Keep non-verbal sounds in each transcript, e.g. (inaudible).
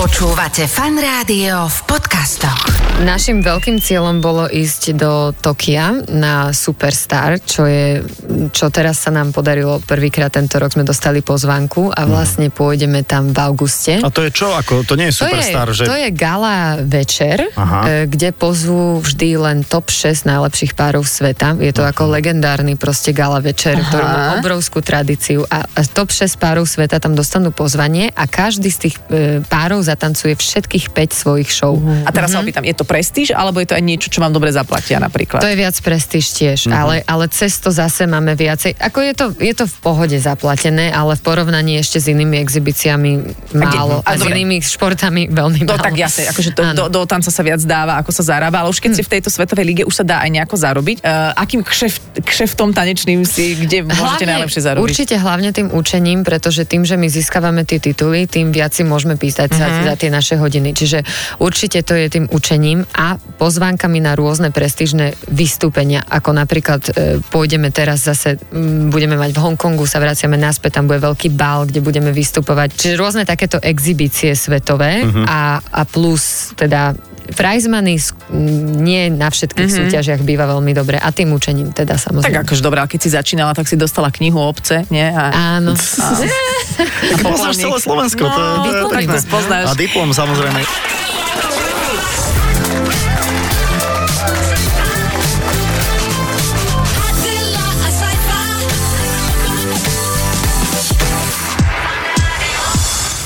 Počúvate fan rádio v podcastoch. Našim veľkým cieľom bolo ísť do Tokia na Superstar, čo je, čo teraz sa nám podarilo prvýkrát tento rok sme dostali pozvanku a vlastne pôjdeme tam v auguste. Mhm. A to je čo? Ako, to nie je To je, superstar, že... (laughs) to je gala večer, Aha. e, kde pozvú vždy len top 6 najlepších párov sveta. Je Mhm. to ako legendárny proste gala večer, ktorý má obrovskú tradíciu. A, a top 6 párov sveta tam dostanú pozvanie a každý z tých e, párov zatancuje všetkých 5 svojich show. A teraz Mhm. sa opýtam, je to prestíž, alebo je to aj niečo, čo vám dobre zaplatia napríklad? Mhm. To je viac prestíž tiež, mm-hmm. ale, ale cez to zase máme viacej. Ako je to, je to v pohode zaplatené, ale v porovnaní ešte s inými exhibíciami málo. a A, s dobre. inými športami veľmi No málo. tak jasne, akože to, Áno. Mhm. do, do tanca sa viac dáva, ako sa zarába, ale už keď si v tejto svetovej lige, už sa dá aj nejako zarobiť. Uh, akým kšeft, kšeftom tanečným si, kde môžete najlepšie zarobiť? Určite hlavne tým učením, pretože tým, že my získavame tie tituly, tým viac si môžeme písať Mhm. mm-hmm. za, za tie naše hodiny. Čiže určite to je tým učením a pozvánkami na rôzne prestížne vystúpenia, ako napríklad e, pôjdeme teraz zase, m, budeme mať v Hongkongu, sa vraciame naspäť, tam bude veľký bal, kde budeme vystupovať. Čiže rôzne takéto exibície svetové Mhm. mm-hmm. a, a plus teda prize money sk- m, nie na všetkých mm-hmm. súťažiach býva veľmi dobre a tým učením teda samozrejme. Mhm. Tak akože dobrá, keď si začínala, tak si dostala knihu obce, nie? A, Áno. (laughs) a Poznáš celé Slovensko, to, to No, je diplom, pekné. to spoznáš. A diplom, samozrejme.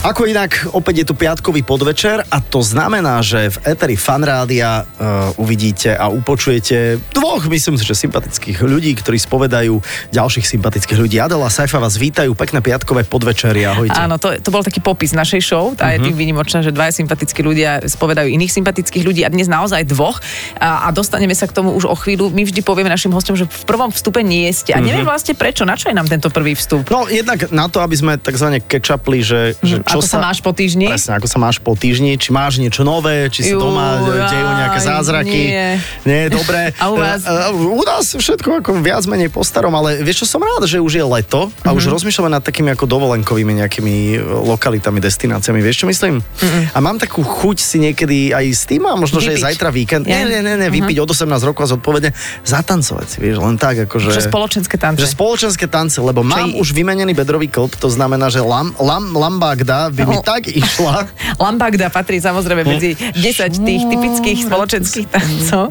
Ako inak, opäť je tu piatkový podvečer a to znamená, že v Eteri Fanrádia uh, uvidíte a upočujete dvoch, myslím si, že sympatických ľudí, ktorí spovedajú ďalších sympatických ľudí. Adela a Saifa vás vítajú, pekné piatkové podvečerie, ahojte. Áno, to, to bol taký popis našej show, Mhm. tá je tým výnimočná, že dvaja sympatickí ľudia spovedajú iných sympatických ľudí a dnes naozaj dvoch a, a dostaneme sa k tomu už o chvíľu. My vždy povieme našim hostom, že v prvom vstupe nie ste a neviem vlastne prečo, na čo je nám tento prvý Mhm. vstup. No jednak na to, aby sme tzv. kečapli, že, že čo Mm, Ako sa máš po týždni? Presne, ako sa máš po týždni, či máš niečo nové, či sa Jú, doma dejú nejaké aj, zázraky. nie. Nie, (laughs) dobre. A u vás? E, e, U nás všetko ako viac menej po starom, ale vieš čo, som rád, že už je leto a už rozmýšľame nad takými ako dovolenkovými nejakými e, lokalitami, destináciami. Vieš čo myslím? A mám takú chuť si niekedy aj s tým, a možno, že je Vypiť. zajtra víkend. Nie, Ja? nie, nie, nie vypiť od 18 rokov a zodpovedne zatancovať si, vieš, len tak akože... Že spoločenské tance. Že spoločenské tance, lebo mám Čo je- už vymenený bedrový klb, to znamená, že lam, lam, lambágda by mi No. tak (laughs) išla. Lambagda patrí samozrejme No. medzi 10 tých typických Mhm. spoločenských tancov.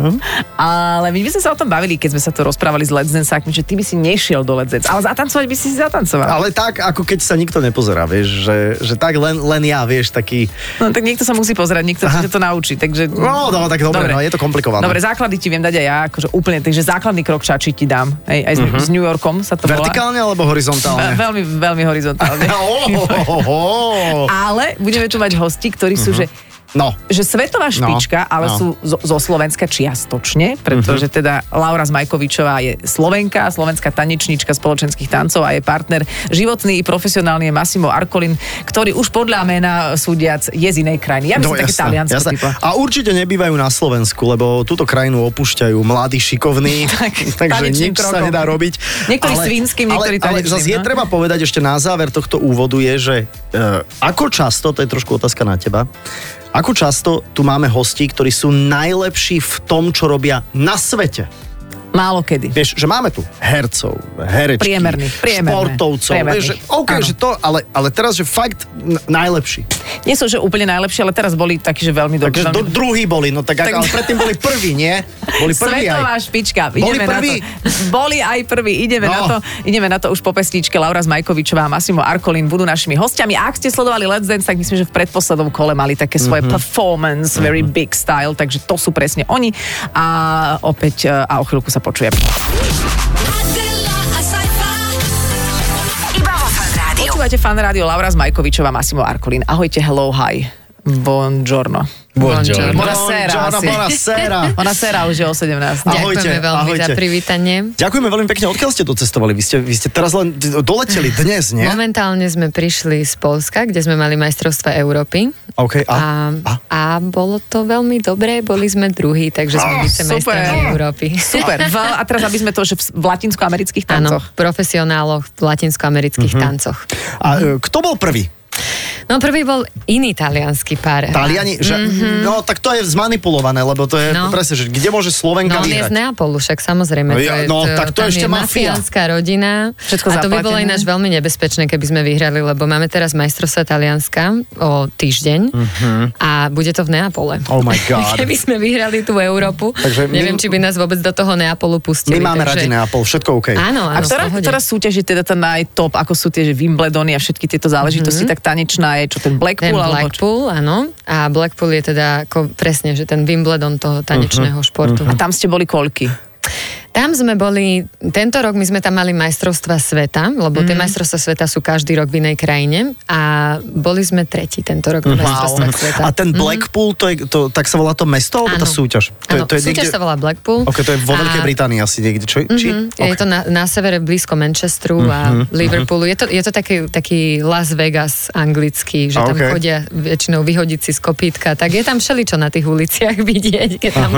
Ale my by sme sa o tom bavili, keď sme sa to rozprávali s Let's Danceákmi, že ty by si nešiel do Let's Dance, ale zatancovať by si si zatancoval. Ale tak, ako keď sa nikto nepozerá, vieš, že, že tak len, len ja, vieš, taký... No tak niekto sa musí pozerať, niekto ti to naučí, takže... No, no, tak dobre, no, je to komplikované. Dobre, základy ti viem dať aj ja, akože úplne, takže základný krok čačí ti dám. Aj, aj uh-huh. s New Yorkom sa to Mhm. volá. Vertikálne alebo Ve- horizontálne? Veľmi, veľmi (laughs) horizontálne. Ohohoho. (laughs) Ale budeme tu mať hosti, ktorí sú, že No, že svetová špička, no, ale no. Mhm. no. sú zo, zo Slovenska čiastočne, pretože uh-huh. teda Laura Zmajkovičová je Slovenka, slovenská tanečníčka spoločenských tancov a je partner životný i profesionálny je Massimo Arkolin, ktorý už podľa mena súdiac je z inej krajiny. Ja by som No, taký jasné, talianský jasné. typa. A určite nebývajú na Slovensku, lebo túto krajinu opúšťajú mladí, šikovní, (laughs) Tak, (laughs) takže nič tanečným sa krokom. nedá robiť. Niektorí svínskym, niektorí Ale, ale tanečným, zase je no. treba povedať ešte na záver tohto úvodu je, že e, ako často, to je trošku otázka na teba, ako často tu máme hostí, ktorí sú najlepší v tom, čo robia na svete. Málo kedy. Vieš, že máme tu hercov, herečky, Priemerných, priemerné, športovcov. Vieš, že, priemerných. OK, Áno. že to, ale, ale teraz, že fakt n- najlepší. Nie sú, že úplne najlepšie, ale teraz boli takí, že veľmi dobrí. Takže do, veľmi... druhý boli, no tak, Tak- tak ale predtým boli prví, nie? Boli prví Svetová aj. špička. Boli Ideme prví. Na to. Boli aj prví. Ideme, No. na to. Ideme na to už po pesničke. Laura Zmajkovičová a Massimo Arkolin budú našimi hostiami. A ak ste sledovali Let's Dance, tak myslím, že v predposlednom kole mali také svoje Mhm. mm-hmm. performance, very big style, takže to sú presne oni. A opäť e, a o chvíľku sa počujem. Iba vo fan rádiu. Počúvate fan rádio Laura Zmajkovičová, Massimo Arkolin. Ahojte, hello, hi. Buongiorno. Buongiorno. Buonasera asi. (laughs) Buonasera. Ona sera už je o 17. Ahoj. Ahojte, Ďakujeme veľmi ahojte. za privítanie. Ďakujeme veľmi pekne. Odkiaľ ste docestovali? Vy ste, vy ste teraz len d- doleteli dnes, nie? Momentálne sme prišli z Polska, kde sme mali majstrovstva Európy. OK, a, A, a? a bolo to veľmi dobré, boli sme druhí, takže Á, sme super. vicemajstrami Európy. Super. V, a teraz, aby sme to, že v, v latinskoamerických (laughs) Áno, tancoch. Mhm. v profesionáloch, v latinskoamerických tancoch. a e, kto bol prvý? No prvý bol iný talianský pár. Taliani, že, mm-hmm. no tak to je zmanipulované, lebo to je Mhm. No. no. presne, že kde môže Slovenka No on je vyhrať? z Neapolu, však samozrejme. No ja- je- no, tak to tam ešte je mafia. mafiánska rodina. Všetko a to by bolo zaplatené. ináč veľmi nebezpečné, keby sme vyhrali, lebo máme teraz majstrovstva Talianska o týždeň a bude to v Neapole. Mhm. Oh my god. (laughs) Keby sme vyhrali tú Európu, Takže my- neviem, či by nás vôbec do toho Neapolu pustili. My máme takže... radi Neapol, všetko OK. Áno, áno. A ktorá, v pohode. ktorá súťaž je teda tá najtop, ako sú tie že Wimbledony a všetky tieto záležitosti, mm-hmm. tak tanečná je čo ten Ten Blackpool? alebo čo? Blackpool, áno. A Blackpool je teda ako presne, že ten Wimbledon toho Mhm. tanečného športu. A tam ste boli koľky? Tam sme boli, tento rok my sme tam mali majstrovstva sveta, lebo Mhm. tie majstrovstva sveta sú každý rok v inej krajine a boli sme tretí tento rok na majstrovstvách sveta. Mhm. A ten Blackpool, to je, to, tak sa volá to mesto, alebo tá Mhm. Áno. súťaž? To je, Áno, to je súťaž niekde, sa volá Blackpool. OK, to je vo Veľkej A- Británii asi niekde. Čo, či? Mhm, Je to na, na severe blízko Manchesteru Mhm, a Liverpoolu. Je to, je to taký, taký Las Vegas anglický, že tam Ok. chodia väčšinou vyhodiť si z kopítka. Tak je tam všeličo na tých uliciach (laughs) vidieť, keď tam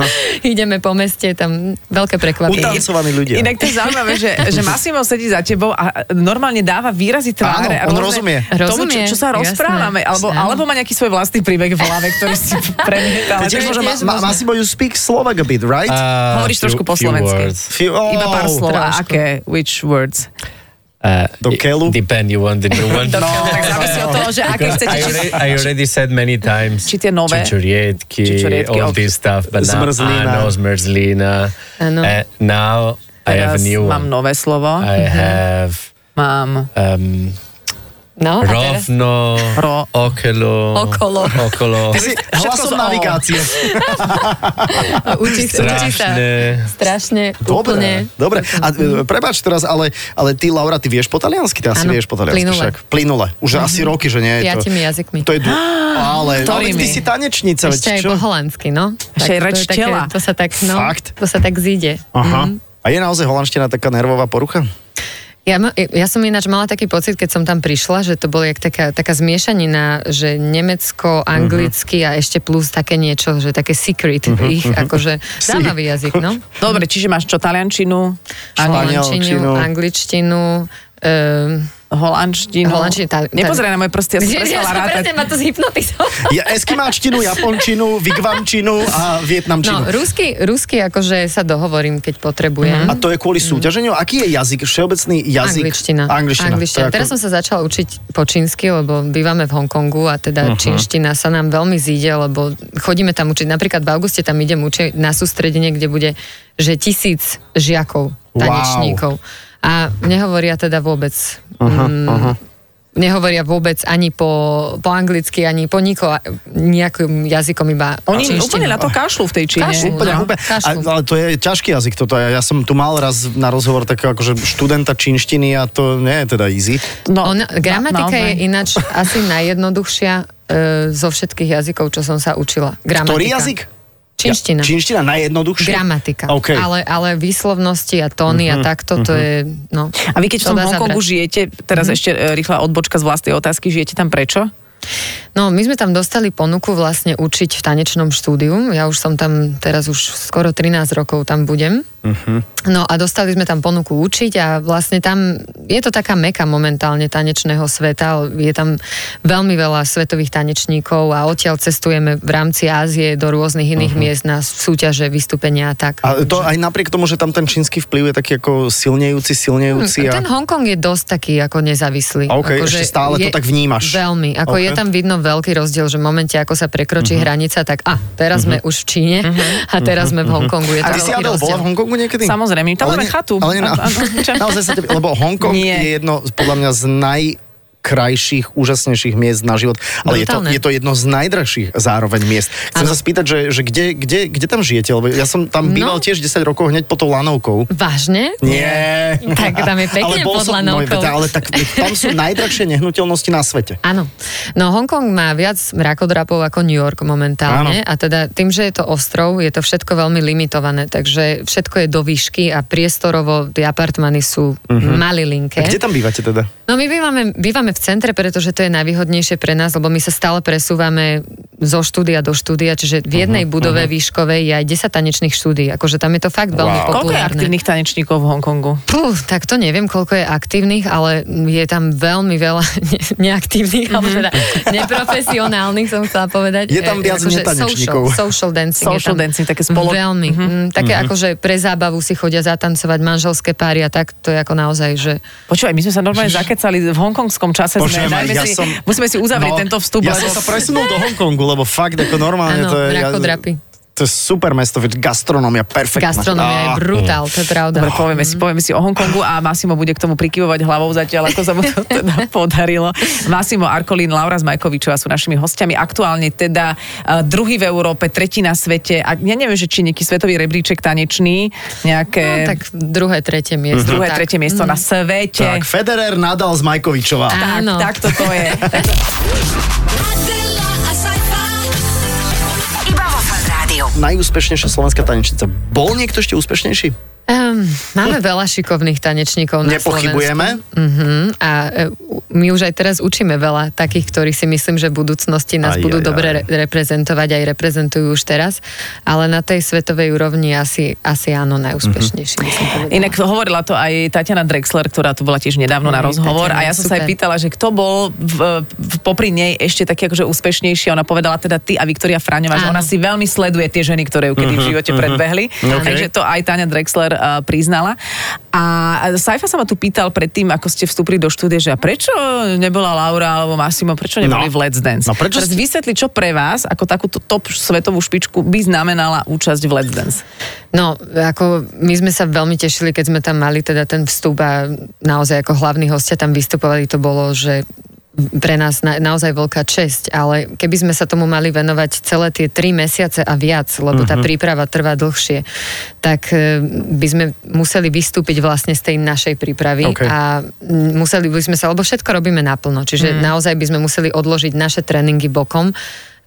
ideme po meste, je tam veľké prekvapenie. Utancovaní ľudia. Inak to je zaujímavé, že, že Massimo sedí za tebou a normálne dáva výrazy tváre. Áno, on a rôzne- rozumie. Tomu, čo, Rozumie, čo sa jasné. rozprávame. Alebo, Áno. alebo má nejaký svoj vlastný príbeh v hlave, ktorý si premietal. to Tiež je môže, ma, tiež ma, možné. Massimo, you speak Slovak a bit, right? Uh, Hovoríš few- trošku po few slovensky. words. Few- oh, Iba pár slov. A trošku. Teda Aké? Which words? Uh, Do it keľu? Depend, you want the new one? No. Tak závisí od toho, že aké Because chcete. I, či- already, I already said many times. Či tie nové? Čičorietky, Čičorietky, all ok. this stuff. But now, Zmrzlina. Áno, zmrzlina. Áno. Uh, now I have Teraz a new mám one. nové slovo. I have Mám um, No, a teraz- rovno, Ro- okolo, Okolo. okolo Si hlasom z O. navigácie. Učí sa, učí sa. strašné. Strašne, Dobre, úplne. dobre. A e, prepáč teraz, ale, ale ty, Laura, ty vieš po taliansky? Ty asi Áno, vieš po taliansky plynule. Mhm. však. Plynule. Už asi roky, že nie je to. Piatimi jazykmi. To je (gasps) dô... Ale, ale ktorými? ty si tanečnica, veď Ešte aj čo? po holandsky, no. Ešte aj Tak to reč je také- tela. To sa tak, no, Fakt? to sa tak zíde. Aha. A je naozaj holandština taká nervová porucha? Ja, ma- ja som ináč mala taký pocit, keď som tam prišla, že to bolo jak taká, taká zmiešanina, že nemecko, anglicky a ešte plus také niečo, že také secret ich, akože zaujímavý jazyk, no. Dobre, čiže máš čo, taliančinu, Holandčinu, angličtinu, ehm, holandštinu. Holandčinu, tá- tá- Nepozeraj na moje prsty, (laughs) ja som ja prestala som rátať. presne ma to zhypnotizovalo. (laughs) Ja, eskimáčtinu, japončinu, vigvamčinu a No, vietnamčinu. rusky, rusky akože sa dohovorím, keď potrebujem. A to je kvôli súťaženiu? Aký je jazyk? Všeobecný jazyk? Mhm. Angličtina. Angličtina. Angličtina. Teraz som sa začala učiť po čínsky, lebo bývame v Hongkongu a Mhm. teda uh-huh. čínština sa nám veľmi zíde, lebo chodíme tam učiť. Napríklad v auguste tam idem učiť na sústredenie, kde bude že tisíc žiakov, Wow. tanečníkov. A nehovoria teda vôbec. Aha, aha. Nehovoria vôbec ani po, po anglicky, ani po niko, nejakým jazykom iba Oni čínštinou. úplne na to kašľú v tej Číne. Kašľú. Úplne, No, úplne. A, kašlu. ale to je ťažký jazyk toto. Ja, ja som tu mal raz na rozhovor takého akože študenta čínštiny a to nie je teda easy. No, Ona, gramatika naozaj. je (laughs) ináč asi najjednoduchšia e, zo všetkých jazykov, čo som sa učila. Gramatika. Ktorý jazyk? Čínština. Ja, čínština najjednoduchšie? Gramatika. OK. Ale, ale výslovnosti a tóny a takto, to je... No, Mhm, A vy keď v to tom dá Hongkongu zabrať. Mhm. žijete, teraz ešte e, rýchla odbočka z vlastnej otázky, žijete tam prečo? No, my sme tam dostali ponuku vlastne učiť v tanečnom štúdiu. Ja už som tam teraz už skoro 13 rokov tam budem. Uh-huh. Mhm. No a dostali sme tam ponuku učiť a vlastne tam je to taká meka momentálne tanečného sveta. Je tam veľmi veľa svetových tanečníkov a odtiaľ cestujeme v rámci Ázie do rôznych iných uh-huh. miest na súťaže, vystúpenia a tak. Mhm. A to aj napriek tomu, že tam ten čínsky vplyv je taký ako silnejúci, silnejúci. A... Ten Hongkong je dosť taký ako nezávislý. A Ako, okej, ešte že stále to je tak vnímaš. Veľmi. Ako Okej. je tam vidno veľký rozdiel, že v momente, ako sa prekročí Mhm. hranica, tak a teraz sme už v Číne a teraz sme v Hongkongu. Je to Mhm. A ty si veľký Adel rozdiel. bola v Hongkongu niekedy? Samozrejme, tam máme nie- chatu. Ale nie, na, A- a- (laughs) čo? naozaj sa tebe, lebo Hongkong Nie. je jedno z- podľa mňa z naj krajších, úžasnejších miest na život. Ale je to, Brutálne. je to jedno z najdrahších zároveň miest. Chcem Áno. sa spýtať, že, že kde, kde, kde tam žijete? Lebo ja som No. tam býval tiež 10 rokov hneď po tou lanovkou. Vážne? Nie. Tak tam je pekne ale bol pod som- lanovkou. No, ale tak, tam sú najdrahšie nehnuteľnosti na svete. Áno. No Hongkong má viac mrakodrapov ako New York momentálne a teda tým, že je to ostrov, je to všetko veľmi limitované, takže všetko je do výšky a priestorovo tie apartmany sú malilinké. Mhm. A kde tam bývate teda? No my bývame, bývame v centre, pretože to je najvýhodnejšie pre nás, lebo my sa stále presúvame zo štúdia do štúdia, čiže Mhm, v jednej budove výškovej je aj 10 tanečných štúdí. Akože tam je to fakt veľmi Wow. Koľko je populárne. aktívnych tanečníkov v Hongkongu? Puh, tak to neviem, koľko je aktívnych, ale je tam veľmi veľa (laughs) ne- neaktívnych, alebo Mhm. teda neprofesionálnych, som chcela povedať. Je tam E, viac netanečníkov. Social, social dancing. je Social tam dancing, také spolo- Mhm. Veľmi. Mm, také akože pre zábavu si chodia zatancovať manželské páry a tak, to je ako naozaj, že... Počúvaj, my sme sa normálne zakecali v hongkongskom čase. Počujem, sme, dajme ja si, som- Musíme si uzavrieť No, tento vstup. Ja lebo- som sa presunul do Hongkongu, lebo fakt, ako normálne Áno, to je... ja- mrakodrapy. To je super mesto, veď gastronomia, perfektná. Ah, Gastronomia je Á, brutál, to je pravda. Ah. Dobre, povieme si, povieme si o Hongkongu a Massimo bude k tomu prikyvovať hlavou zatiaľ, ako sa mu to teda (laughs) podarilo. Massimo Arkolín, Laura Zmajkovičová sú našimi hostiami. Aktuálne teda eh, druhý v Európe, tretí na svete. A ja neviem, že či nejaký svetový rebríček tanečný, No, Hm. nejaké tak druhé, tretie miesto. Mhm. druhé, tak. mm. tretie miesto na svete. Tak, Federer, Nadal z Majkovičová. Á. Tak, Áno. tak toto (laughs) je. Adela a Saifa. Iba vo Fan Rádiu. Najúspešnejšia slovenská tanečnica. Bol niekto ešte úspešnejší? Um, máme veľa šikovných tanečníkov na Nepochybujeme. Uh-huh. A e, u- my už aj teraz učíme veľa takých, ktorí si myslím, že v budúcnosti nás Aj, aj, budú aj, aj, dobre aj. re- reprezentovať, aj reprezentujú už teraz, ale na tej svetovej úrovni asi, asi áno, najúspešnejší. Mhm. by som povedala. Inak hovorila to aj Tatiana Drexler, ktorá tu bola tiež nedávno na Hej, rozhovor Mm, Tatiana, a ja som sa super. aj pýtala, že kto bol v, v, popri nej ešte taký akože úspešnejší. Ona povedala teda ty a Viktoria Fráňová, že Áno. ona si veľmi sleduje tie ženy, ktoré ju kedy Mhm, v živote predbehli. Okay. Takže to aj Tania Drexler uh, priznala. A Saifa sa ma tu pýtal predtým, ako ste vstúpili do štúdie, že a prečo nebola Laura alebo Massimo, prečo No. neboli v Let's Dance? No prečo Teraz ste- vysvetli, čo pre vás ako takúto top svetovú špičku by znamenala účasť v Let's Dance. No, ako my sme sa veľmi tešili, keď sme tam mali teda ten vstup a naozaj ako hlavní hostia tam vystupovali, to bolo, že pre nás na, naozaj veľká česť, ale keby sme sa tomu mali venovať celé tie tri mesiace a viac, lebo tá príprava trvá dlhšie, tak e, by sme museli vystúpiť vlastne z tej našej prípravy OK. a a mm, museli by sme sa, lebo všetko robíme naplno, Mhm. čiže naozaj by sme museli odložiť naše tréningy bokom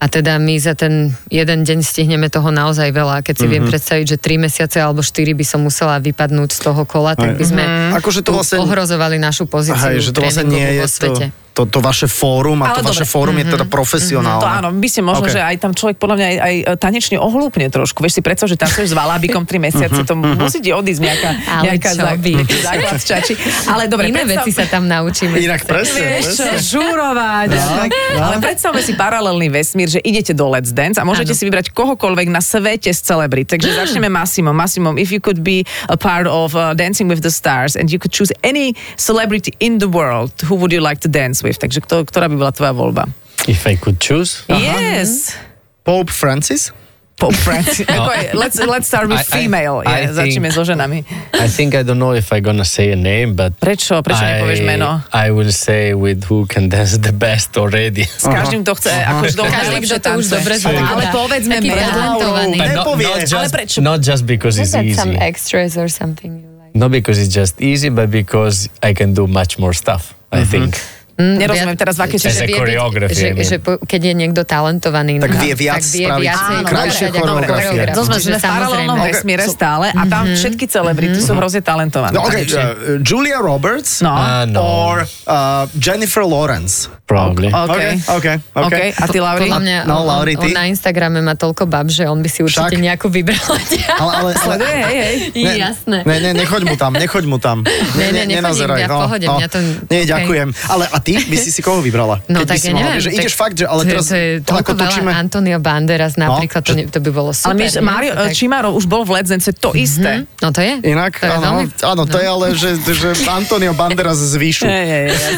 a teda my za ten jeden deň stihneme toho naozaj veľa. Keď si Mhm. viem predstaviť, že 3 mesiace alebo 4 by som musela vypadnúť z toho kola, tak by sme Mm. Mhm. Akože to tu vlastne- ohrozovali našu pozíciu Hej, že to vlastne nie tréningovú je vo svete. to, to, to vaše fórum a Ale to dobre. Mhm. No vaše fórum je teda profesionálne. To áno, by ste možno, Ok. že aj tam človek podľa mňa aj, aj e, tanečne ohlúpne trošku. Vieš si predstav, že tancuješ s valábikom 3 mesiace, to musí ti odísť nejaká, Ale nejaká čo zá- vy? základ čači. Ale dobre, Iné predstav, veci sa tam naučíme. Inak presne. Vieš, presne. žurovať. a tak. Ale predstavme si paralelný vesmír, že idete do Let's Dance a môžete Áno. si vybrať kohokoľvek na svete z celebrit. Takže začneme Massimo. Massimo, if you could be a part of uh, Dancing with the Stars and you could choose any celebrity in the world, who would you like to dance with? Takže kto, ktorá by bola tvoja voľba? If I could choose. Yes. Pope Francis? Pope Francis. (laughs) Ako je, let's, let's start with No. I- I- female. Je, I think- začneme so ženami. I think I don't know if I gonna say a name, but Prečo? Prečo nepovieš meno? I will say with who can dance the best already. S každým to chce, akože do Každý, kto to už dobre zvládá. Ale povedzme Taký meno. talentovaný. Lauru. not, Nepovie. not Ale just, prečo? not just because Was it's that easy. some extras or something you like? Not because it's just easy, but because I can do much more stuff, I Mm-hmm. think. Mm, Nerozumiem viac- teraz, v akej čiže As a vie byť- choreographer, Že, I mean. že po, keď je niekto talentovaný, Tak no, vie viac tak vie spraviť, viacej áno, krajšie dobre, choreografie. choreografie. To sme Čiže sme v paralelnom samozrejme. Mhm. vesmíre stále a tam všetky celebrity sú hrozne talentované. No, okay, Takže- uh, Julia Roberts No. Ah, no. or uh, Jennifer Lawrence. Probably. okay, Okay. okay. OK. A ty, Lauri? Podľa mňa No, on- Lauri, on, on, ty? na Instagrame má toľko bab, že on by si určite Však. nejakú (laughs) vybral. Ale, ale, ale, Hej, hej, hej. Ne, Jasné. Ne, ne, nechoď mu tam, nechoď mu tam. Ne, ne, nechodím, ja v pohode, mňa to- no, Nie, okej. ďakujem. Ale a ty by si si koho vybrala? No Keď by tak si ja mohla, neviem. Že tak ideš fakt, že ale to je- teraz to je to ako toľko veľa točíme... No, Antonio Banderas napríklad, to, že- ne, to by bolo super. Ale my, nie? Mario To tak- Čimárov už bol v Let's Dance, to isté. No to je. Inak, to je áno, veľmi- no. áno, to je ale, že, že Antonio Banderas z výšu. Hej, hej, hej.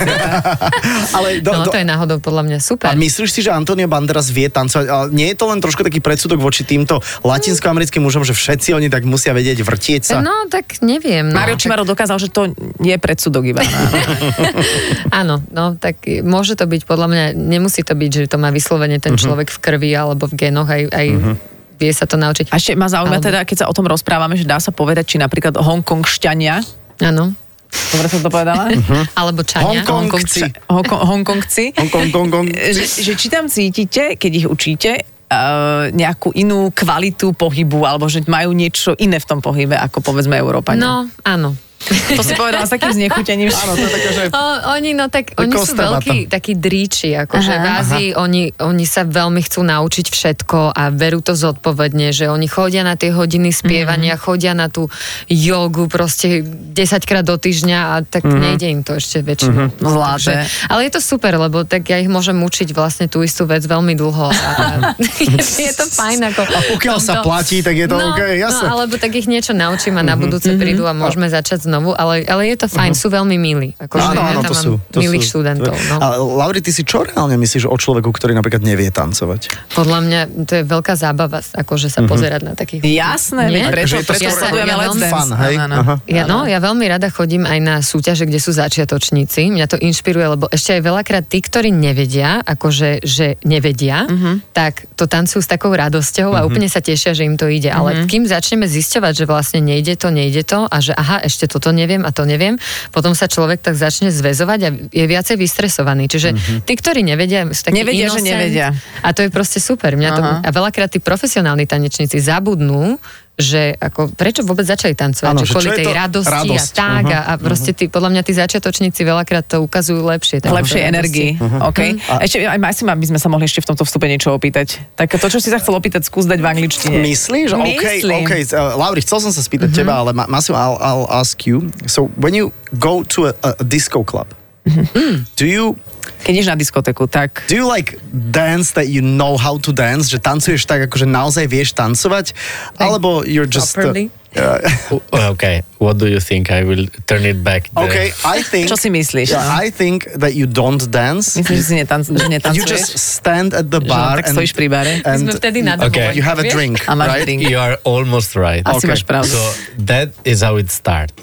Ale do, No do, to je náhodou podľa mňa super. a myslíš si, že Antonio Banderas vie tancovať? Ale nie je to len trošku taký predsudok voči týmto latinskoamerickým mužom, že všetci oni tak musia vedieť vrtieť sa? No tak neviem. No. Mario Čimárov dokázal, že to je predsudok iba. (laughs) Áno, no tak môže to byť, podľa mňa nemusí to byť, že to má vyslovene Mhm. ten človek v krvi alebo v genoch, aj, aj vie sa to naučiť. A ešte ma zaujíma Alebo- teda, keď sa o tom rozprávame, že dá sa povedať, či napríklad hongkongšťania, Áno. dobre som to povedala? Mhm. Alebo Čania. (laughs) Hongkongci. Hongko- Hongkongci. Hongkong, (laughs) Hongkong. že, že či tam cítite, keď ich učíte, uh, nejakú inú kvalitu pohybu, alebo že majú niečo iné v tom pohybe, ako povedzme Európania. No, áno. To si povedala s takým znechutením. Áno, to je taká, že... O, oni, no tak, oni sú Kostevata. veľkí, takí dríči, akože v Ázii oni, oni sa veľmi chcú naučiť všetko a verú to zodpovedne, že oni chodia na tie hodiny spievania, chodia na tú jogu proste 10 krát do týždňa a tak nejde im to ešte väčšinou. No, Mhm. Zlaté. ale je to super, lebo tak ja ich môžem učiť vlastne tú istú vec veľmi dlho a, a (laughs) je, je to fajn. Ako A pokiaľ sa platí, tak je to no, OK, jasné. No, alebo tak ich niečo naučím a Mhm, na budúce prídu a môžeme začať znovu, ale, ale je to fajn, sú veľmi milí. akože Ako, Áno, áno, to sú. To milých sú. študentov. No. A Lauri, ty si čo reálne myslíš o človeku, ktorý napríklad nevie tancovať? Podľa mňa to je veľká zábava, akože Mhm. sa pozerať na takých Jasné, Nie? veď Takže prečo, je to prečo skôr sledujeme ja Let's mám Dance. Fan, hej? Áno, áno. Aha. Ja, no, ja veľmi rada chodím aj na súťaže, kde sú začiatočníci. Mňa to inšpiruje, lebo ešte aj veľakrát tí, ktorí nevedia, akože, že nevedia, Mhm. tak to tancujú s takou radosťou a úplne sa tešia, že im to ide. Ale Mhm. kým začneme zisťovať, že vlastne nejde to, nejde to a že aha, ešte toto neviem a to neviem, potom sa človek tak začne zväzovať a je viacej vystresovaný. Čiže tí, ktorí nevedia, sú takí Mhm. Nevedia, že innocent nevedia. A to je proste super. Mňa to, Aha. a veľakrát tí profesionálni tanečníci zabudnú, že ako, prečo vôbec začali tancovať? Áno, že že kvôli čo je tej to radosti a radosť? tak. Mhm. A, a proste tí, podľa mňa tí začiatočníci veľakrát to ukazujú lepšie. V tak lepšej tej energii. radosti. Mhm. OK. Ešte aj Masim, aby sme sa mohli ešte v tomto vstupe niečo opýtať. Tak to, čo si sa chcel opýtať, skús dať v angličtine. Myslíš? Okay, Myslím. okay. Uh, Lauri, chcel som sa spýtať Mhm. teba, ale ma- Masim, I'll, I'll ask you. So, when you go to a, a disco club, Mhm. Mm. do you Keď ideš na diskotéku, tak... Do you like dance that you know how to dance? Že tancuješ tak, akože naozaj vieš tancovať? Alebo you're just... properly? Uh, Okay, what do you think? I will turn it back. the- okay, I think... Čo si myslíš? Yeah, no? I think that you don't dance. Myslíš, že si netanc- že You netancuješ? just stand at the Že bar len tak stojíš pri bare? My and sme vtedy na Okay. dovolenke, you have a vieš? drink. A máš right? drink. You are almost right. Asi Okay. máš pravdu. So that is how it starts.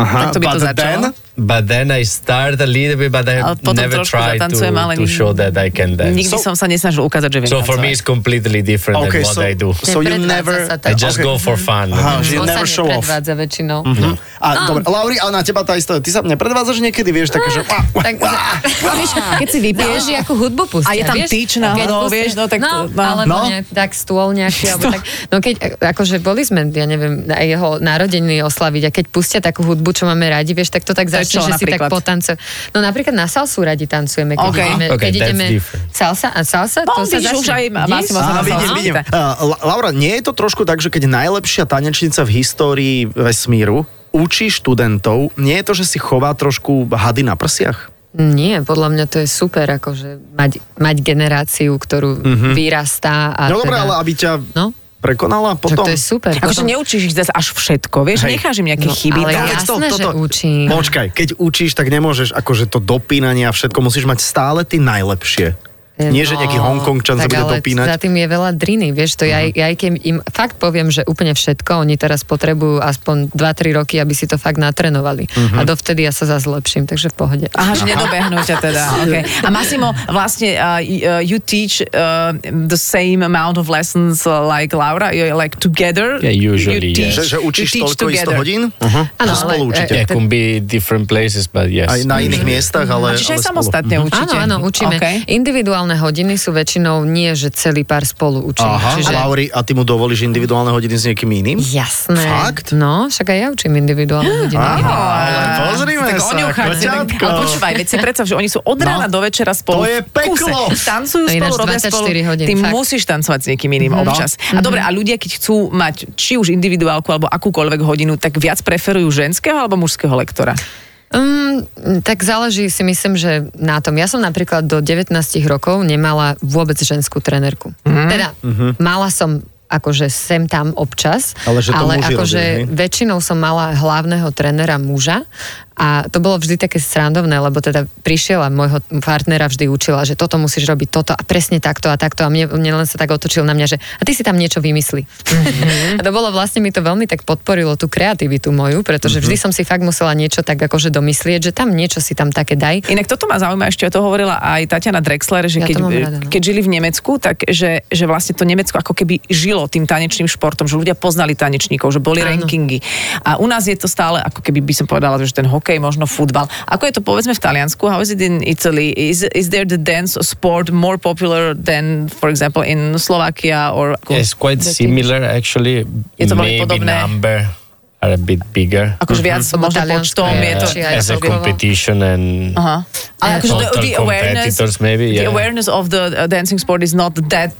Aha, Tak to by to but začalo. then, But then I start a little bit, but I Ale have potom never trošku tried to, zatancujem, ale to show that I can dance. Nikdy So- som sa nesnažil ukázať, že viem so for me, it's tancovať. completely different okay, than so, what I do. so you Nepredvádza never... sa I tak. just okay. Mm-hmm. Ah, go for fun. Aha, že you On sa never show off. nepredvádza väčšinou. Mhm. No. A, dobre, Lauri, a na teba tá istá, ty sa nepredvádzaš niekedy, vieš, také, že... Tak, (laughs) Vieš, Keď si (laughs) vypiješ, Záleží, akú hudbu pustia. A je tam vieš? tyč A keď náhodou, pustia- vieš, no tak- No, no. alebo No. Ne, tak stôl nejaký, alebo tak. No keď, akože boli sme, ja neviem, aj jeho narodeniny oslaviť a keď pustia takú hudbu, čo máme radi, vieš, tak to tak To je čo začne, že si tak napríklad? potance. No napríklad na salsu radi tancujeme, keď Okay. ideme, Okay, keď that's ideme different. salsa a salsa, No, to sa vidíš, začne. už aj Massimo Vidíš? sa Á, Áno, vidím, áno. vidím. Uh, La- Laura, nie je to trošku tak, že keď najlepšia tanečnica v histórii vesmíru učí študentov, nie je to, že si chová trošku hady na prsiach? Nie, podľa mňa to je super, akože mať, mať generáciu, ktorú vyrastá. A Mhm. no dobré, teda, ale aby ťa No, prekonala tak potom... to je super. akože potom- neučíš ich zase až všetko, vieš, Hej. necháš im nejaké No, chyby. ale tak- ja- keď jasné, že učím. Počkaj, keď učíš, tak nemôžeš akože to dopínanie a všetko, musíš mať stále ty najlepšie. Nie, že nejaký Hongkongčan no, sa tak bude ale dopínať. Mhm. Za tým je veľa driny, vieš, to ja, ja aj keď im fakt poviem, že úplne všetko, oni teraz potrebujú aspoň 2-3 roky, aby si to fakt natrenovali. Mhm. A dovtedy ja sa zase zlepším, takže v pohode. Aha, že nedobehnú ťa (laughs) teda. Okay. A Massimo, vlastne uh, y- uh, you teach uh, the same amount of lessons uh, like Laura, you're like together. Yeah, you usually, yeah. teach, Že, že you učíš teach toľko isto together. hodín? Uh-huh. Áno, že spolu ale- učíte. Yeah, eh, it can be different places, but yes. Aj na iných usually. miestach, ale... A ale čiže aj spolu. Mhm. samostatne určite. Áno, áno, učíme. Okay. Individuálne hodiny sú väčšinou nie, že celý pár spolu učíme. Aha, čiže... Lauri, a ty mu dovolíš individuálne hodiny s niekým iným? Jasné. Fakt? No, však aj ja učím individuálne hodiny. Á, ale pozrime tak sa, oni uchádzajú. koťatko. Ale počúvaj, veď si predstav, že oni sú od rána No. do večera spolu. To je v kuse. peklo. Tancujú To je spolu, ináč robia spolu. 24 hodín, Ty fakt. No. Mhm. musíš tancovať s niekým iným Mhm. občas. A dobre, a ľudia, keď chcú mať či už individuálku alebo akúkoľvek hodinu, tak viac preferujú ženského alebo mužského lektora? Um, tak záleží si myslím, že na tom. Ja som napríklad do 19 rokov nemala vôbec ženskú trenerku. Mhm. Teda mala som akože sem tam občas, Ale že to ale muži akože robia, hej? väčšinou som mala hlavného trénera muža a to bolo vždy také srandovné, lebo teda prišiel a môjho partnera vždy učila, že toto musíš robiť, toto a presne takto a takto a mne, mne len sa tak otočil na mňa, že a ty si tam niečo vymyslí. (laughs) a to bolo vlastne mi to veľmi tak podporilo tú kreativitu moju, pretože vždy som si fakt musela niečo tak akože domyslieť, že tam niečo si tam také daj. Inak toto ma zaujíma, ešte to hovorila aj Tatiana Drexler, že Ja to keď, e, mám rada, no. keď žili v Nemecku, tak že, že vlastne to Nemecko ako keby žilo tým tanečným športom, že ľudia poznali tanečníkov, že boli Áno. rankingy. A u nás je to stále ako keby by som povedala, že ten hokej, možno futbal. Ako je to povedzme v Taliansku? How is it in Italy? Is, is there the dance sport more popular than for example in Slovakia or Yeah, it's quite The similar actually. Je to veľmi Maybe podobné. number are a bit bigger Akože viac mm-hmm. Lebo možno Taliansko počtom je je to... či aj as a celkovo. competition and Aha. Ale akože the, Total the awareness, competitors maybe, the yeah. awareness of the uh, dancing sport is not that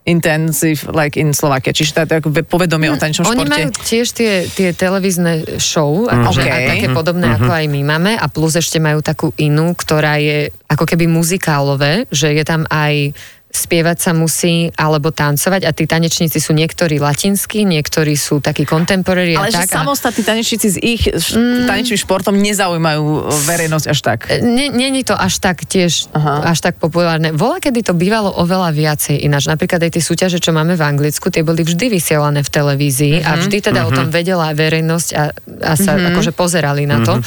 intensive like in Slovakia. Čiže tá, tak povedomie o tanečnom Oni športe. majú tiež tie, tie televízne show, akože Okay. aj také podobné, ako aj my máme, a plus ešte majú takú inú, ktorá je ako keby muzikálové, že je tam aj spievať sa musí, alebo tancovať a tí tanečníci sú niektorí latinskí, niektorí sú takí contemporary a Ale že tak. a- samostatní tanečníci s ich mm. Eh, tanečným športom nezaujímajú uh, verejnosť až tak. Ne- Není to až tak tiež, Aha. Aha. až tak populárne. Bola, kedy to bývalo oveľa viacej ináč. Napríklad aj tie súťaže, čo máme v Anglicku, tie boli vždy vysielané v televízii a vždy teda o tom vedela verejnosť a, a sa akože pozerali na to.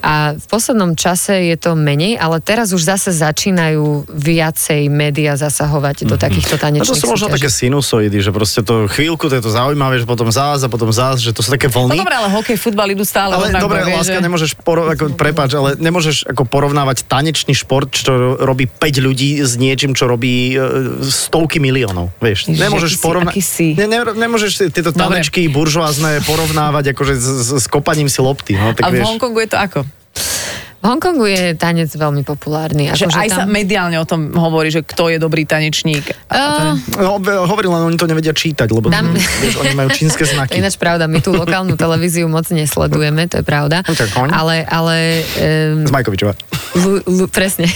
A v poslednom čase je to menej, ale teraz už zase začínajú viacej média zasahovať do takýchto A tanečných to sú možno také súťaží. sinusoidy, že proste to chvíľku, to je to zaujímavé, že potom zás a potom zás, že to sú také No vlny. dobre, ale hokej, futbal idú stále Ale rovnako, dobre, vieš, láska, že- nemôžeš poro- ako, prepáč, ale nemôžeš ako porovnávať tanečný šport, čo ro- robí 5 ľudí s niečím, čo robí e, stovky miliónov, vieš. Ježiš, nemôžeš aký si- aký si. Ne, ne, nemôžeš si tieto Dobre. tanečky buržoázne porovnávať akože s, s, s kopaním si lopty, no tak A v vieš. Hongkongu je to ako? V Hongkongu je tanec veľmi populárny. Že akože aj sa tam- mediálne o tom hovorí, že kto je dobrý tanečník. Eh, No, be- hovoril, len oni to nevedia čítať, lebo Tam- vieš, oni majú čínske To znaky. je ináč pravda, my tú lokálnu televíziu moc nesledujeme, to je pravda. No, tak hoň. Ale, ale um, Z Majkovičova. lu, lu, (laughs) presne.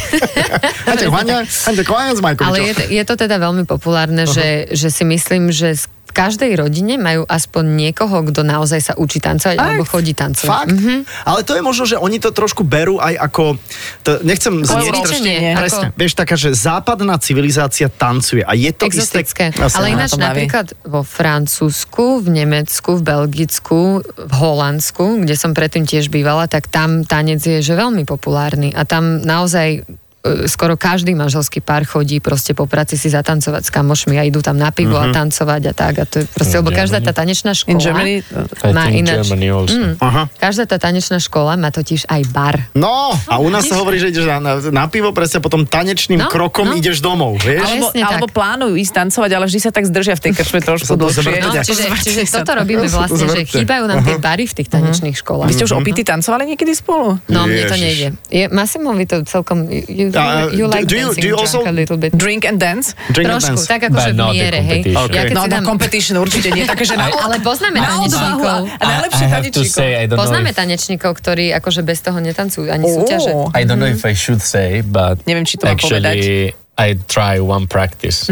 Hante Hania, Hante Hania z Majkovičova. ale je, to- je to teda veľmi populárne, že, že si myslím, že z- v každej rodine majú aspoň niekoho, kto naozaj sa učí tancovať alebo chodí tancovať. Fakt? Mm-hmm. Ale to je možno, že oni to trošku berú aj ako... To, nechcem znieť cvičenie, strašne- ako- Presne. Vieš, taká, že západná civilizácia tancuje. A je to Exotické. isté... Asi, Ale ma ináč to baví. napríklad vo Francúzsku, v Nemecku, v Belgicku, v Holandsku, kde som predtým tiež bývala, tak tam tanec je že veľmi populárny a tam naozaj e, skoro každý manželský pár chodí proste po práci si zatancovať s kamošmi a idú tam na pivo a tancovať a tak a to je proste, lebo každá tá tanečná škola In Germany? I má think ináč, Mm. Germany also. Aha. každá tá tanečná škola má totiž aj bar. No, a u nás sa hovorí, že ideš na, na, na pivo, presne potom tanečným No, krokom no. ideš domov, vieš? Alebo, Presne tak. alebo plánujú ísť tancovať, ale vždy sa tak zdržia v tej krčme trošku Sa to dlhšie. No, zvrtne. čiže, Zvrtne čiže sa toto to. robíme vlastne, že Zverte. chýbajú nám tie bary v tých tanečných školách. Mhm. Vy ste už opity tancovali niekedy spolu? No, mne to Ježiš. nejde. Je, Masimovi to celkom... You, A, you like do you- dancing do you drunk also- a little bit. Drink and dance? Drink and Trošku, dance. tak akože v But not the miere, hej. competition. Ja keď No, si no dám... competition určite nie, také, že na, Ale poznáme na odvahu a, tanečníkov. Uh-huh. a najlepšie I, I have to tanečníkov. say, I don't Poznáme know if, tanečníkov, ktorí akože bez toho netancujú ani Ó. súťaže. I don't know Mhm. if I should say, but Neviem, či to Mhm. mám actually I try one practice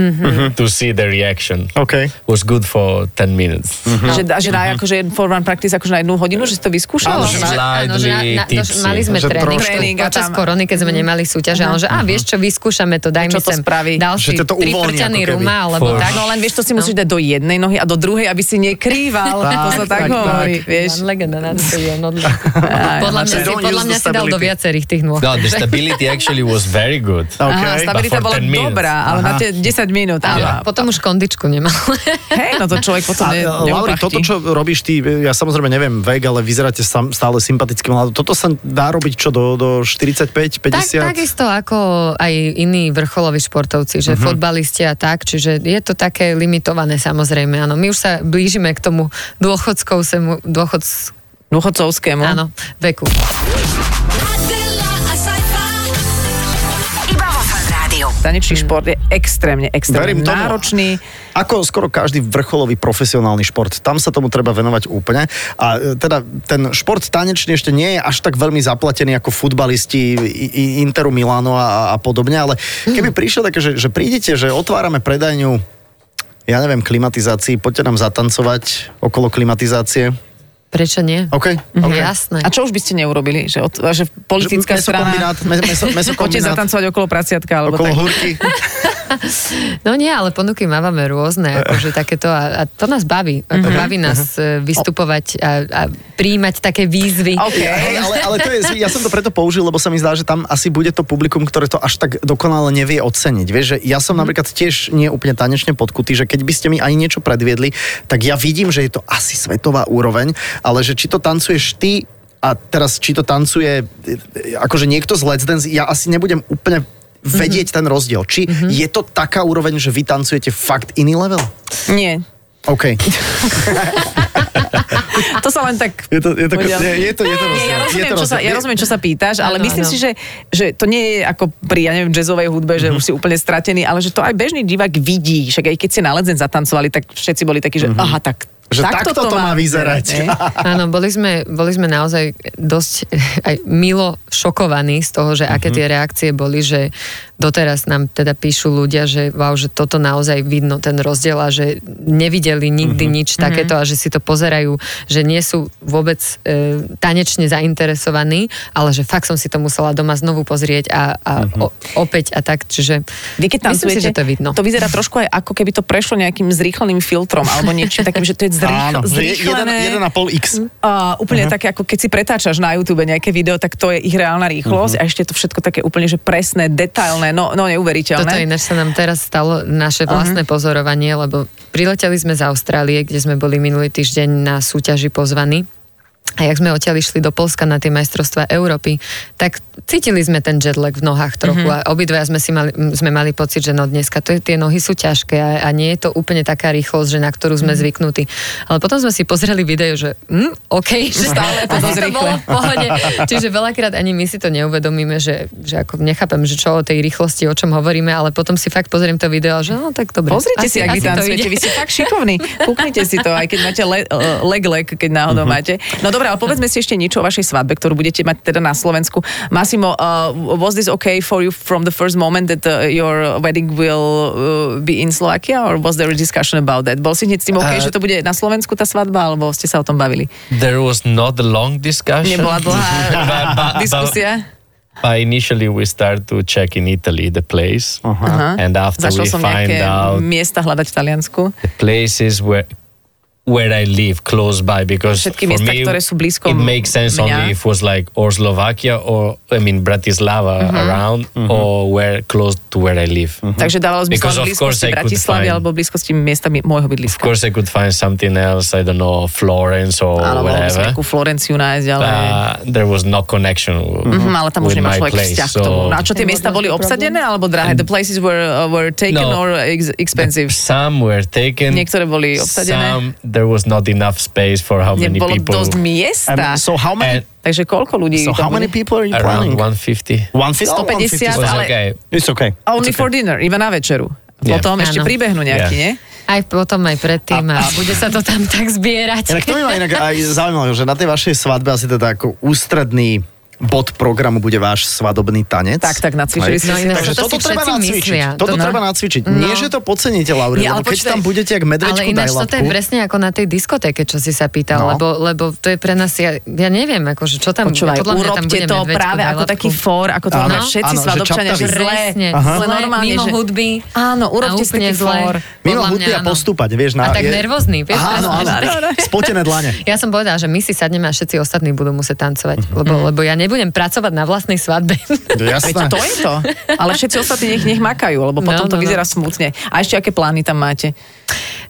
to see the reaction. OK. Was good for (laughs) 10 minutes. Mhm. Že, a že na, akože for one practice akože na jednu hodinu, že si to vyskúšala? No, Áno, Že- Slightly áno, že na- na- to- tipsy. mali sme Že tréning, Mhm. trošku. Tréning a počas tam- korony, keď sme nemali súťaže, ale že a vieš čo, vyskúšame to, daj Čo mi to sem. spraví? Dal si Že ťa to uvoľní, ako priprťaný keby. ruma, alebo For- tak. Tak, no len vieš, to si musíš dať do jednej nohy a do druhej, aby si nekrýval. to sa tak, tak, hovorí, vieš. Pán legenda na to je, no, Á, Podľa mňa Don't si- use podľa the mňa si dal do stability. viacerých tých nôh. No, the stability actually was very good. OK. Aha, stabilita But for bola 10 minutes. dobrá, ale na tie 10 minút. Áno, Áno. potom už kondičku nemal. Hej, no to človek potom A, ne, Lauri, neupachtí. toto, čo robíš ty, ja samozrejme neviem vek, ale vyzeráte sam, stále sympaticky mladý. Toto sa dá robiť čo do, do 45, 50? Tak, takisto ako aj iní vrcholoví športovci, že uh-huh. fotbalisti a tak, čiže je to také limitované samozrejme, áno. My už sa blížime k tomu dôchodkovskému, dôchodc, Dôchodcovskému. áno, veku. Adela a Saifa. Iba vo fan rádiu. Tanečný šport je extrémne, extrémne Verím tomu. náročný. Ako skoro každý vrcholový profesionálny šport, tam sa tomu treba venovať úplne. A e, teda ten šport tanečný ešte nie je až tak veľmi zaplatený ako futbalisti i- i- Interu Milano a, a podobne, ale keby prišlo také, že, že prídete, že otvárame predajňu, ja neviem, klimatizácii, poďte nám zatancovať okolo klimatizácie. Prečo nie? OK? Mhm, OK. Jasné. A čo už by ste neurobili? Že, od, že politická Že strana... mesokombinát, me- meso, Poďte mesokombinát zatancovať okolo praciatka, alebo okolo tak. húrky. (laughs) No nie, ale ponuky mávame rôzne, akože takéto a, a to nás baví. Ako baví nás e, vystupovať a, a príjmať také výzvy. OK. Ale, ale, ale to je, ja som to preto použil, lebo sa mi zdá, že tam asi bude to publikum, ktoré to až tak dokonale nevie oceniť. Vieš, že ja Mhm. som napríklad tiež nie úplne tanečne podkutý, že keď by ste mi aj niečo predviedli, tak ja vidím, že je to asi svetová úroveň, ale že či to tancuješ ty a teraz či to tancuje e, e, akože niekto z Let's Dance, ja asi nebudem úplne Mhm. vedieť ten rozdiel. Či je to (laughs) taká úroveň, že vy tancujete fakt iný level? Nie. OK. to sa len tak... Je to, je to, je Poďal. je, je to, je to Nie, rozdiel. ja je rozumiem, to čo sa, rozdiel. ja rozumiem, čo sa pýtaš, ale Áno, myslím áno. si, že, že to nie je ako pri, ja neviem, jazzovej hudbe, že už Mhm. si úplne stratený, ale že to aj bežný divák vidí. Však aj keď si na Ledzen zatancovali, tak všetci boli takí, že aha, tak Mhm. Že takto to má vyzerať. nie? (laughs) Áno, boli sme, boli sme naozaj dosť eh, aj milo šokovaní z toho, že aké tie reakcie boli, že doteraz nám teda píšu ľudia, že wow, že toto naozaj vidno, ten rozdiel a že nevideli nikdy nič takéto Mhm. a že si to pozerajú, že nie sú vôbec e, tanečne zainteresovaní, ale že fakt som si to musela doma znovu pozrieť a, a o, opäť a tak, čiže Vy keď myslím si, tancujete, že to je vidno. to vyzerá trošku aj ako keby to prešlo nejakým zrýchleným filtrom alebo (laughs) niečím takým, že to je Áno, zrýchlené. je- Mhm. jeden- 1,5x. A úplne uh-huh. také, ako keď si pretáčaš na YouTube nejaké video, tak to je ich reálna Mhm. rýchlosť uh-huh. a ešte je to všetko také úplne, že presné, detailné, no, no neuveriteľné. Toto ináč sa nám teraz stalo naše Mhm. vlastné pozorovanie, lebo prileteli sme z Austrálie, kde sme boli minulý týždeň na súťaži pozvaní. A jak sme odtiaľ išli do Polska na tie majstrovstvá Európy, tak cítili sme ten jetlag v nohách trochu Mhm. mm-hmm. a obidva sme, si mali, m, sme mali pocit, že no dneska to je, tie nohy sú ťažké a, a nie je to úplne taká rýchlosť, že na ktorú Mhm. sme mm-hmm. zvyknutí. Ale potom sme si pozreli video, že hm, OK, (laughs) že Stále to asi dosť rýchle. bolo v pohode. Čiže veľakrát ani my si to neuvedomíme, že, že ako nechápem, že čo o tej rýchlosti, o čom hovoríme, ale potom si fakt pozriem to video a že no tak dobre. Pozrite si, ak vy to tancujete, ide. vy ste fakt šikovní. Kúknite si to, aj keď máte le, e, leg leg, keď náhodou máte. No dobré, ale povedzme si ešte niečo o vašej svadbe, ktorú budete mať teda na Slovensku. Massimo, uh, was this okay for you from the first moment that uh, your wedding will uh, be in Slovakia or was there a discussion about that? Bol si hneď s tým okay, Eh, že to bude na Slovensku tá svadba, alebo ste sa o tom bavili? There was not a long discussion. Nebola dlhá Ba- (laughs) ba- ba- diskusia? But initially we start to check in Italy the place, Aha. and after Začal we som find nejaké out Mhm. miesta hľadať v Taliansku. the places where where I live close by because Všetky for miesta, me ktoré sú blízko it m- makes sense mňa. only if it was like or Slovakia or I mean Bratislava Mhm. around or where close to where I live. Takže dávalo zmysel Because v of blízkosti course I could Bratislavy find- alebo blízkosti miesta mi- môjho bydliska. Of course I could find something else, I don't know, Florence or Áno, mohol by som whatever. nejakú Florenciu nájsť, ale... Uh, there was no connection. Mhm, ale tam už with nemá my človek place, vzťah so k tomu. No a čo, tie Ten miesta boli možno problém. obsadené, alebo drahé? The places were, uh, were taken No. or ex- expensive? Some were taken. Niektoré boli obsadené. Some there was not enough space for how many Nebolo people. dosť miesta. Um, so how many, And Takže koľko ľudí? so to how many bude? people are you planning? around 150. 150? 150, was ale- okay. It's okay. Only for dinner, iba na večeru. Yeah. Potom Áno. ešte pribehnú nejaký, Yeah. nie? Aj potom, aj predtým a, bude sa to tam tak zbierať. Inak to by ma inak aj zaujímalo, že na tej vašej svadbe asi teda ako ústredný bod programu bude váš svadobný tanec. Tak, tak, Hej. nacvičili ste No si inak to. Takže sa to toto si treba všetci nacvičiť. myslia. Toto To- treba nacvičiť. No. Nie, že to podceníte, Laura, Nie, ale lebo keď počkaj. tam budete jak medvečku, Ale ináč daj toto je labku. presne ako na tej diskotéke, čo si sa pýtal, No. no. lebo, lebo to je pre nás, ja, ja neviem, akože čo tam, Počúvaj, podľa mňa tam urobte bude to medveďko, práve ako dajlatku. taký for, ako to No. Áno, na všetci áno, že svadobčania, že čaptavý. zle, Presne, Aha. zle, zle, normálne, mimo že... hudby. Áno, urobte a si taký úplne zle. for. Mimo Podľa hudby mňa a áno. postúpať, vieš. A Na, tak nervózny, vieš, Áno, teraz áno. máš- Spotené dlane. Ja som povedala, že my si sadneme a všetci ostatní budú musieť tancovať, Mhm. lebo, lebo ja nebudem pracovať na vlastnej svadbe. (laughs) Jasné. Veď No, to je (laughs) to. Ale všetci ostatní nech, nech makajú, lebo No, potom no, to no. vyzerá smutne. A ešte aké plány tam máte?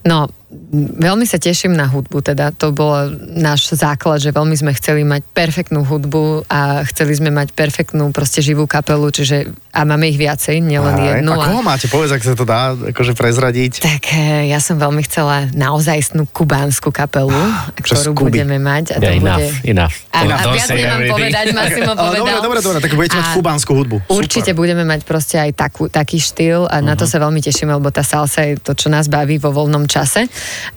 No, m, veľmi sa teším na hudbu, teda to bol náš základ, že veľmi sme chceli mať perfektnú hudbu a chceli sme mať perfektnú proste živú kapelu, čiže a máme ich viacej, nielen Aj. jednu. A koho máte? Povedz, ak sa to dá akože prezradiť. Tak e, ja som veľmi chcela naozajstnú kubánsku kapelu, čo z ktorú Ah, Kuby. budeme mať. A to Yeah, bude... enough, enough. A, Don't- a don't viac say nemám everything. povedať, Massimo (laughs) Ale No, povedal. Dobre, dobre, dobre, tak budete mať A kubánsku hudbu. Super. Určite budeme mať proste aj takú, taký štýl a na to sa veľmi tešíme, lebo tá salsa je to, čo nás baví vo voľnom čase.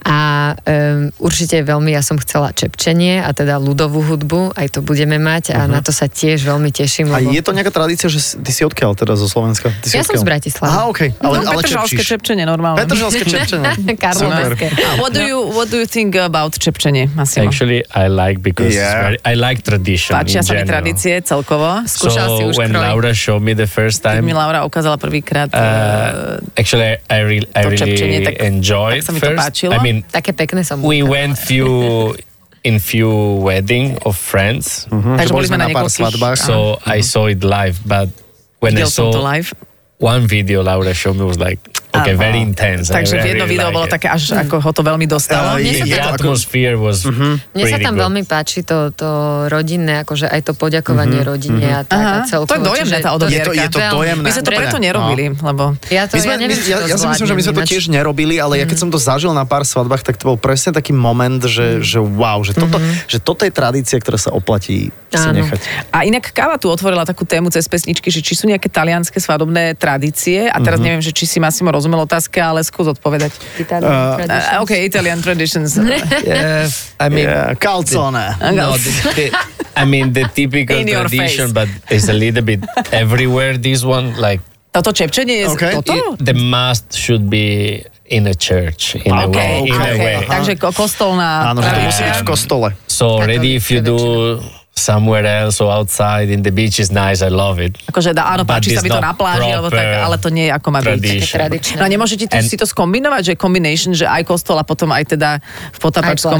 A um, určite veľmi ja som chcela čepčenie a teda ľudovú hudbu, aj to budeme mať a na to sa tiež veľmi teším. A Lebo... je to nejaká tradícia, že si- ty si odkiaľ teda zo Slovenska? Ty si Ja som odkiaľ? z Bratislavy. Aha, okej, ale, no, ale Petržalské čepčíš. čepčenie normálne. Petržalské čepčenie. (laughs) Karlovarské. What do, you, what do you think about čepčenie, Massimo? Actually, I like because Yeah. it's very, I like tradition. Páčia in sa mi general. tradície celkovo. So Skúšal si už when kroj. Laura showed me the first Keď time, mi Laura ukázala prvýkrát eh, uh, actually I, re- I to čepčenie, really tak- enjoyed tak sa mi to first. páčilo. I mean, Také pekné som. we bola. went few in few wedding of friends, Takže boli sme na pár niekoľkých- svadbách. so I saw it live. But when videl I som saw to live. Ah, one video Laura showed me was like, okay, okay, Áno. very intense. I Takže really jedno video like bolo it. také, až ako ho to veľmi Ale dostalo. The, Mne sa the tam- atmosphere was Mm-hmm. Mne sa pretty tam good. veľmi páči to, to rodinné, akože aj to poďakovanie rodine a tak a Aha, celkovo. to je dojemné, čiže tá Je odovierka. to- to, je to Veľmi. dojemné. No. My sme to Pre- preto No. nerobili, lebo... Ja to, My sme, ja neviem, či my, ja, to Mhm. ja si myslím, že my sme to zvládnem tiež ináč. nerobili, ale ja keď som to zažil na pár svadbách, tak to bol presne taký moment, že, Mhm. že wow, že toto, že toto je tradícia, ktorá sa oplatí si Áno. (laughs) nechať. A inak Káva tu otvorila takú tému cez pesničky, že či sú nejaké talianské svadobné tradície. A Mhm. teraz neviem, že či si Massimo rozumel otázke, ale skús odpovedať. Italian Eh, tradition. Uh, OK, Italian traditions. Yeah, I mean, Yeah, calzone. No, the, the, I mean the typical In your face. tradition, but it's a little bit everywhere. This one, like Toto čepčenie je OK. okay. toto? it, the mast should be in a church in a Okay, way. In okay. a way. Takže ko- kostolná Áno, že to musí byť v kostole. So already, if you do somewhere else or outside in the beach, is nice. I love it. Akože dá, áno, But páči sa it's mi to na not pláži, alebo tak, proper ale to nie je ako má byť. tradition. Také tradičné. No a nemôžete to, And- si to skombinovať, že combination, že aj kostol a potom aj teda v potapačskom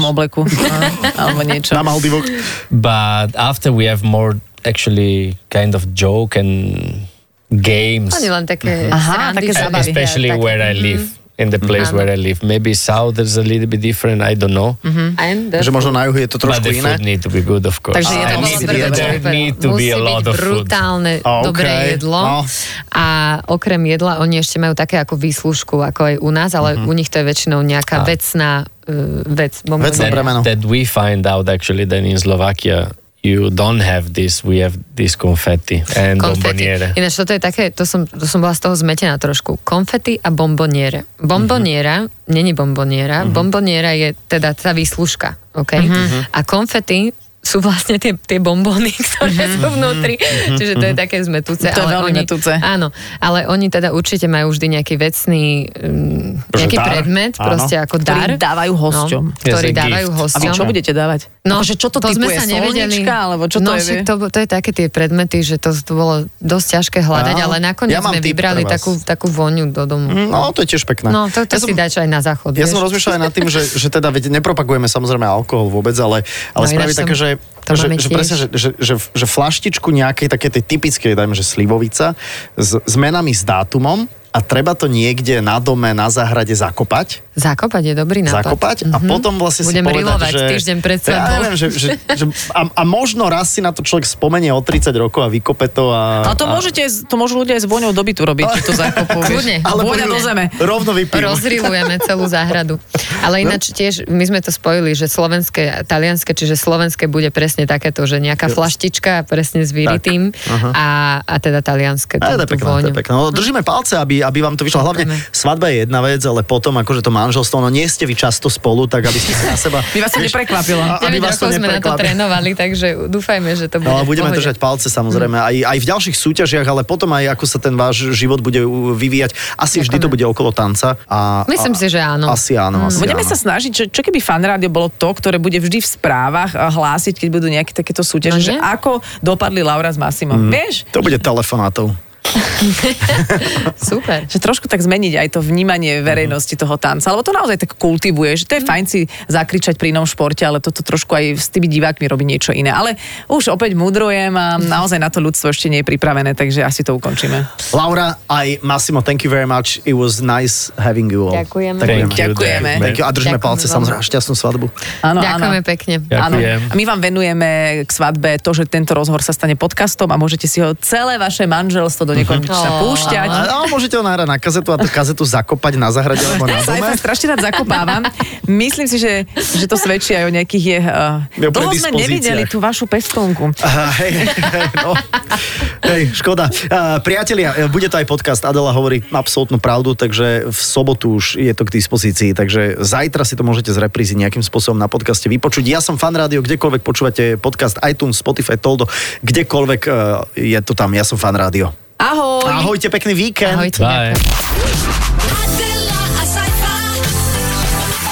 Aj pláž. obleku. No, alebo niečo. Na Maldivoch. But after we have more actually kind of joke and games, Oni len také Aha, srandy, také zábavy. Uh, especially také- where I live. In the place where I live, maybe south is a little bit different. I don't know, And the Že možno na juhu je to but trošku the iné. food need to be good, of course. Takže je to And bolo need- prvé there Super. need to be Musí a lot byť of food. brutálne OK. dobré jedlo. No. A okrem jedla oni ešte majú také ako výslužku, ako aj u nás, ale Mhm. u nich to je väčšinou nejaká vecná eh, vec. Bombonie. Vecné bremeno. that, that we find out actually that in Slovakia you don't have this. We have this confetti and Konfety. bomboniere. Ináč toto je také, to som, to som bola z toho zmetená trošku. Konfety a bomboniere. Mhm. Bomboniera, není bomboniera, bomboniera je teda tá výslužka, ok? Mhm. A konfety sú vlastne tie, tie bombóny, (laughs) ktoré Mhm. sú vnútri. Čiže to je také zmetúce. To je ale veľmi oni, mätúce. Áno, ale oni teda určite majú vždy nejaký vecný um, nejaký dar? predmet, Áno. prosť proste ako dar. Ktorý dávajú hosťom. No, ktorý Yes, a dávajú gift. A vy hosťom. čo budete dávať? akože čo to, typuje? Solnička, alebo čo no, to je? však vie? To, to je také tie predmety, že to, to bolo dosť ťažké hľadať, Áno. ale nakoniec Ja mám sme tip vybrali pre vás. takú, takú voňu do domu. No, to je tiež pekné. No, to, to ja si som, dáš aj na záchod. Ja som vieš. rozmýšľal aj nad tým, že, že teda veď, nepropagujeme samozrejme alkohol vôbec, ale, No, ale ináč no, spraviť som- také, že, to máme že, že, tiež. presne, že, že, že, že flaštičku nejakej také tej typickej, dajme, že slivovica, s, s menami s dátumom a treba to niekde na dome, na záhrade zakopať Zakopať je dobrý nápad. zakopať a Mhm. potom vlastne Budem si povedať, rilovať že... týždeň pred ja svadbou. neviem, že, že, že a, a možno raz si na to človek spomenie o 30 rokov a vykope to a... A to, môžete, to môžu ľudia aj s vôňou do bytu robiť, či to zakopú. vieš. Kľudne. Ale Ale Vôňa poďme. do zeme. Rovno vypijú. Rozrilujeme celú záhradu. No. Ale ináč tiež, my sme to spojili, že slovenské a talianské, čiže slovenské bude presne takéto, že nejaká flaštička presne s výritým a, a teda talianské. A to je tú- tú pekné, to je vôňu. pekné. No, držíme palce, aby, aby vám to vyšlo. Hlavne Hm. Ďakujeme. svadba je jedna vec, ale potom akože to manželstvo, no nie ste vy často spolu, tak aby ste sa na (laughs) seba... By vás to vieš, neprekvapilo. a- aby 9 vás to rokov sme na to neprekvapilo. trénovali, takže dúfajme, že to bude No ale v budeme pohode. Hm. držať palce samozrejme aj, aj v ďalších súťažiach, ale potom aj ako sa ten váš život bude uh, vyvíjať. Asi vždy to bude okolo tanca. A, Myslím a, si, že áno. Hm. Asi áno, asi Budeme áno. sa snažiť, čo, čo keby fan rádio bolo to, ktoré bude vždy v správach a hlásiť, keď budú nejaké takéto súťaže, No že nie? ako dopadli Laura s Masimom. Mhm. Vieš? To bude telefonátov. Super. že trošku tak zmeniť aj to Mhm. vnímanie verejnosti toho tanca, lebo to naozaj tak kultivuje, že to je fajn si zakričať pri inom športe, ale toto trošku aj s tými divákmi robí niečo iné. Ale už opäť mudrujem a naozaj na to ľudstvo ešte nie je pripravené, takže asi to ukončíme. Laura, I Massimo, thank you very much. It was nice having you all. Ďakujeme. Thank you. Ďakujeme. Thank you. A Ďakujeme držíme palce vám. samozrejme a šťastnú svadbu. Áno, Ďakujeme áno. pekne. Áno. Ďakujem. A my vám venujeme k svadbe to, že tento rozhovor sa stane podcastom a môžete si ho celé vaše manželstvo do nekonečna Mhm. púšťať. A, no, môžete ho nahrať na kazetu a tú kazetu zakopať na zahrade alebo na Sa aj dome. tak strašne rád zakopávam. Myslím si, že, že to svedčí aj o nejakých je... Je Uh, o dlho sme predispozíciách. nevideli tú vašu pestónku. Aha, hej, hej, no. hej, škoda. Uh, priatelia, eh, bude to aj podcast. Adela hovorí absolútnu pravdu, takže v sobotu už je to k dispozícii. Takže zajtra si to môžete z reprízy nejakým spôsobom na podcaste vypočuť. Ja som fan rádio, kdekoľvek počúvate podcast iTunes, Spotify, Toldo, kdekoľvek eh, je to tam. Ja som fan rádio. Ahoj! Ahojte, pekný víkend. Ahojte. Bye. ďakujem. Adela a Saifa.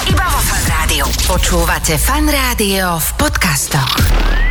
Iba vo fan rádiu. Počúvate fan rádio v podcastoch.